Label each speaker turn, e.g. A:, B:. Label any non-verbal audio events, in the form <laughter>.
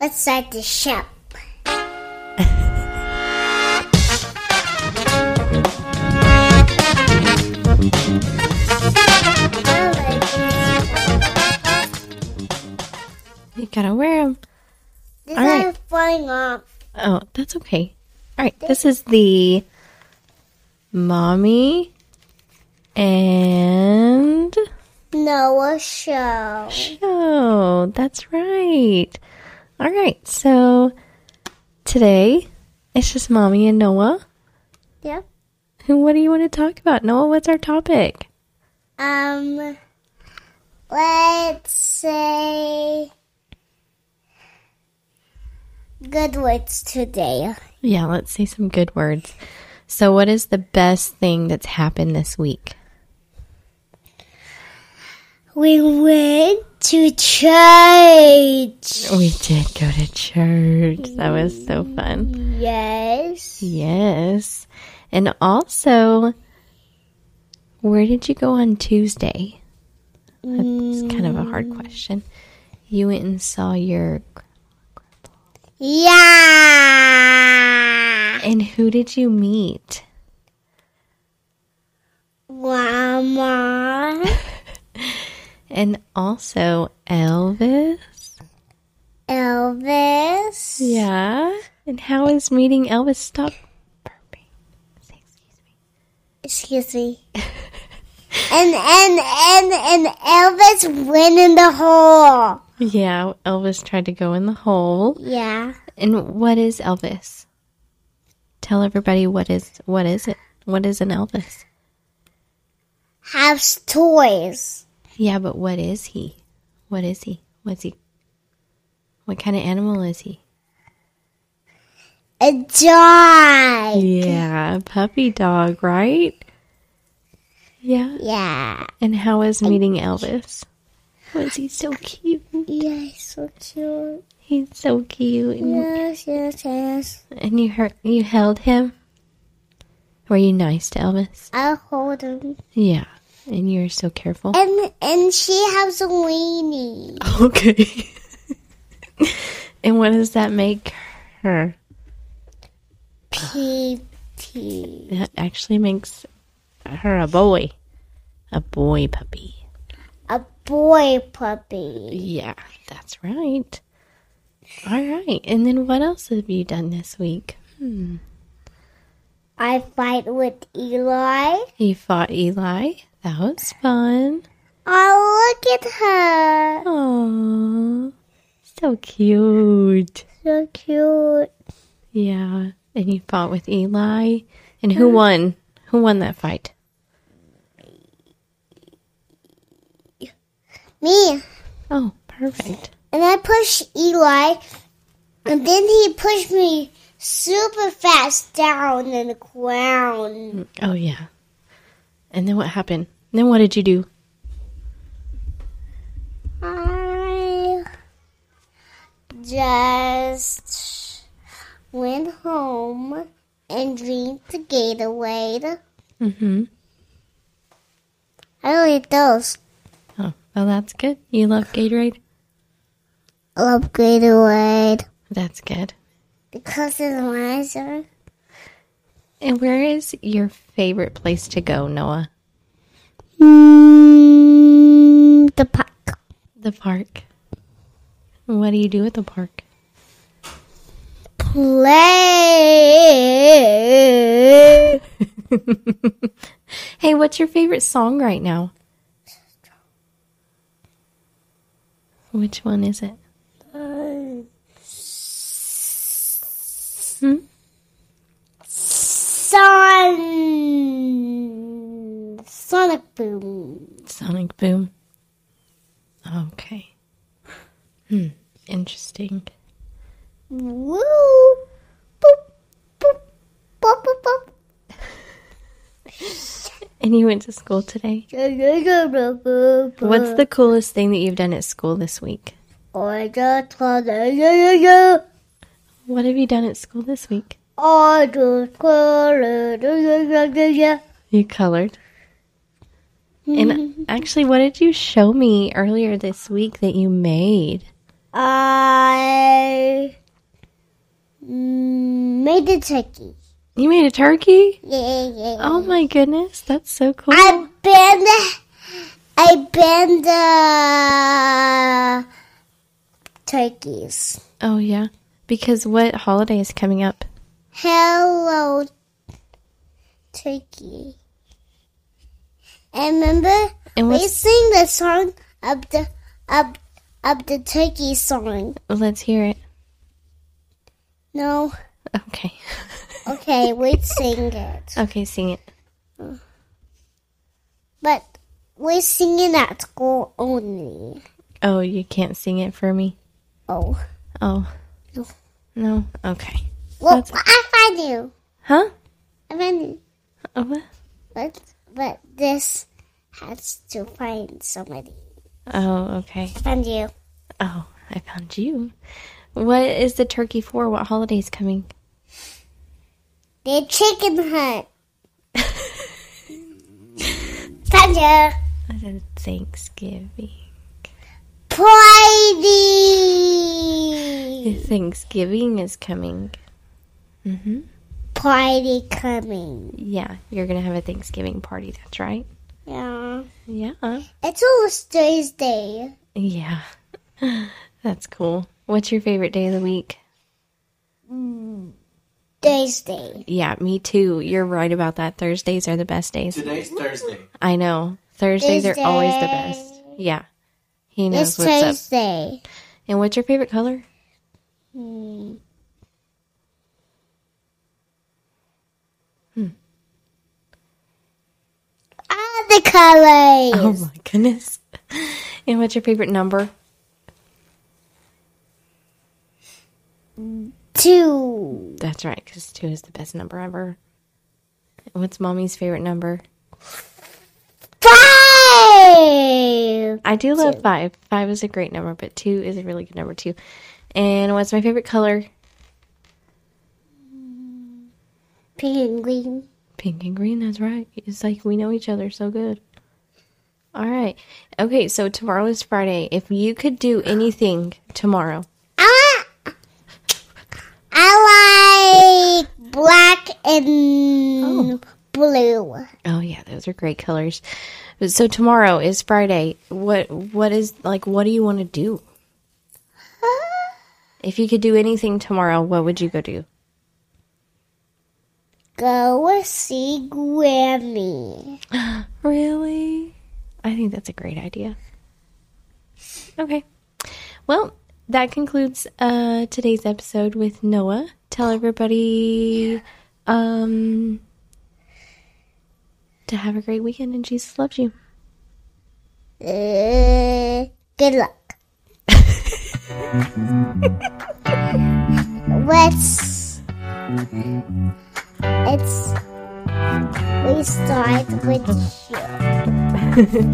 A: Let's start the show.
B: You gotta wear them.
A: This
B: All right.
A: is falling off.
B: Oh, that's okay. All right, this is the mommy and
A: Noah show.
B: show. That's right. All right, so today it's just mommy and Noah.
A: Yep.
B: And what do you want to talk about, Noah? What's our topic?
A: Um, let's say good words today.
B: Yeah, let's say some good words. So, what is the best thing that's happened this week?
A: We went to church.
B: We did go to church. That was so fun.
A: Yes.
B: Yes. And also, where did you go on Tuesday? That's kind of a hard question. You went and saw your.
A: Yeah.
B: And who did you meet?
A: Grandma.
B: And also Elvis?
A: Elvis.
B: Yeah. And how is meeting Elvis? Stop burping. Say excuse me.
A: Excuse me. and and and and Elvis went in the hole.
B: Yeah, Elvis tried to go in the hole.
A: Yeah.
B: And what is Elvis? Tell everybody what is what is it? What is an Elvis?
A: Has toys.
B: Yeah, but what is he? What is he? What's he? What kind of animal is he?
A: A dog.
B: Yeah, puppy dog, right? Yeah.
A: Yeah.
B: And how is meeting Elvis? Was he so cute?
A: Yeah, he's so cute.
B: He's so cute. And,
A: Yes, yes, yes.
B: and you hurt, you held him. Were you nice to Elvis?
A: I'll hold him.
B: Yeah. And you were so careful.
A: And and she has a weenie.
B: <laughs> Okay. <laughs> and what does that make her?
A: Pee pee.
B: That actually makes her a boy. A boy puppy.
A: A boy puppy.
B: Yeah, that's right. All right. And then what else have you done this week?
A: I fight with Eli.
B: You fought Eli. That was fun.
A: Oh, look at her.
B: Oh, so cute.
A: So cute.
B: Yeah. And you fought with Eli. And who won? Who won that fight?
A: Me.
B: Oh, perfect.
A: And I pushed Eli. And then he pushed me super fast down in the ground.
B: Oh, yeah. And then what happened? Then what did you do?
A: I just went home and drank the Gatorade.
B: Mm hmm.
A: I don't eat those.
B: Oh, well, that's good. You love Gatorade?
A: I love Gatorade
B: That's good.
A: because it's nicer.
B: And where is your favorite place to go, Noah?
A: Mm, the puck.
B: The park. What do you do at the park? <laughs>
A: play.
B: Hey, what's your favorite song right now? Which one is it? Hmm?
A: Son. Sonic Boom.
B: Sonic Boom. Okay. Hmm. Interesting.
A: Woo. Boop. Boop. Boop. Boop. Boop.
B: And you went to school today?
A: Da, da, da, da, da, da.
B: What's the coolest thing that you've done at school this week?
A: Order, order, order,
B: What have you done at school this week?
A: order, order, order, order.
B: You colored.
A: <laughs>
B: And actually, what did you show me earlier this week that you made?
A: I made a turkey.
B: You made a turkey?
A: Yeah, yeah.
B: Oh my goodness, that's so cool.
A: I bend. I bend the turkeys.
B: oh yeah. Because what holiday is coming up?
A: Hello, turkey. And remember,
B: And
A: we
B: what's,
A: sing the song of the of of the turkey song.
B: let's hear it.
A: No,
B: Okay. <laughs>
A: okay, we sing it,
B: okay, sing it.
A: but we sing it at school only.
B: Oh, you can't sing it for me?
A: Oh,
B: Oh.
A: No.
B: No? Okay.
A: well,
B: That's-
A: I find you.
B: Huh?
A: I find you.
B: Oh, what?
A: But but this has to find somebody.
B: oh, okay.
A: Find you.
B: Oh, I found you. What is the turkey for? What holiday is coming? <laughs>
A: The chicken hunt. Found you.
B: I said Thanksgiving.
A: Party.
B: Thanksgiving is coming. hmm
A: Party coming.
B: Yeah, you're gonna have a Thanksgiving party. That's right.
A: Yeah.
B: Yeah.
A: It's almost Thursday.
B: Yeah. <laughs> That's cool. What's your favorite day of the week?
A: Thursday.
B: Yeah, me too. You're right about that. Thursdays are the best days.
C: Today's Thursday.
B: I know. Thursdays are always the best. Yeah. He knows
A: It's
B: what's up.
A: Thursday.
B: And what's your favorite color? <laughs>
A: Hmm. Ah, the
B: Oh
A: colors.
B: my goodness. <laughs> And what's your favorite number?
A: Two.
B: That's right, because two is the best number ever. What's mommy's favorite number?
A: Five.
B: I do love five. Five is a great number, but two is a really good number too. And what's my favorite color?
A: Pink and green.
B: Pink and green. That's right. It's like we know each other so good. All right. Okay. So tomorrow is Friday. If you could do anything tomorrow,
A: I want. I like black and blue.
B: oh yeah, those are great colors. So tomorrow is Friday. What what is like? What do you want to do? If you could do anything tomorrow, what would you go do?
A: Go see Grammy.
B: Really? I think that's a great idea. Okay. Well, that concludes uh, today's episode with Noah. Tell everybody um, to have a great weekend and Jesus loves you.
A: Uh, good luck. Let's. It's. We start with you.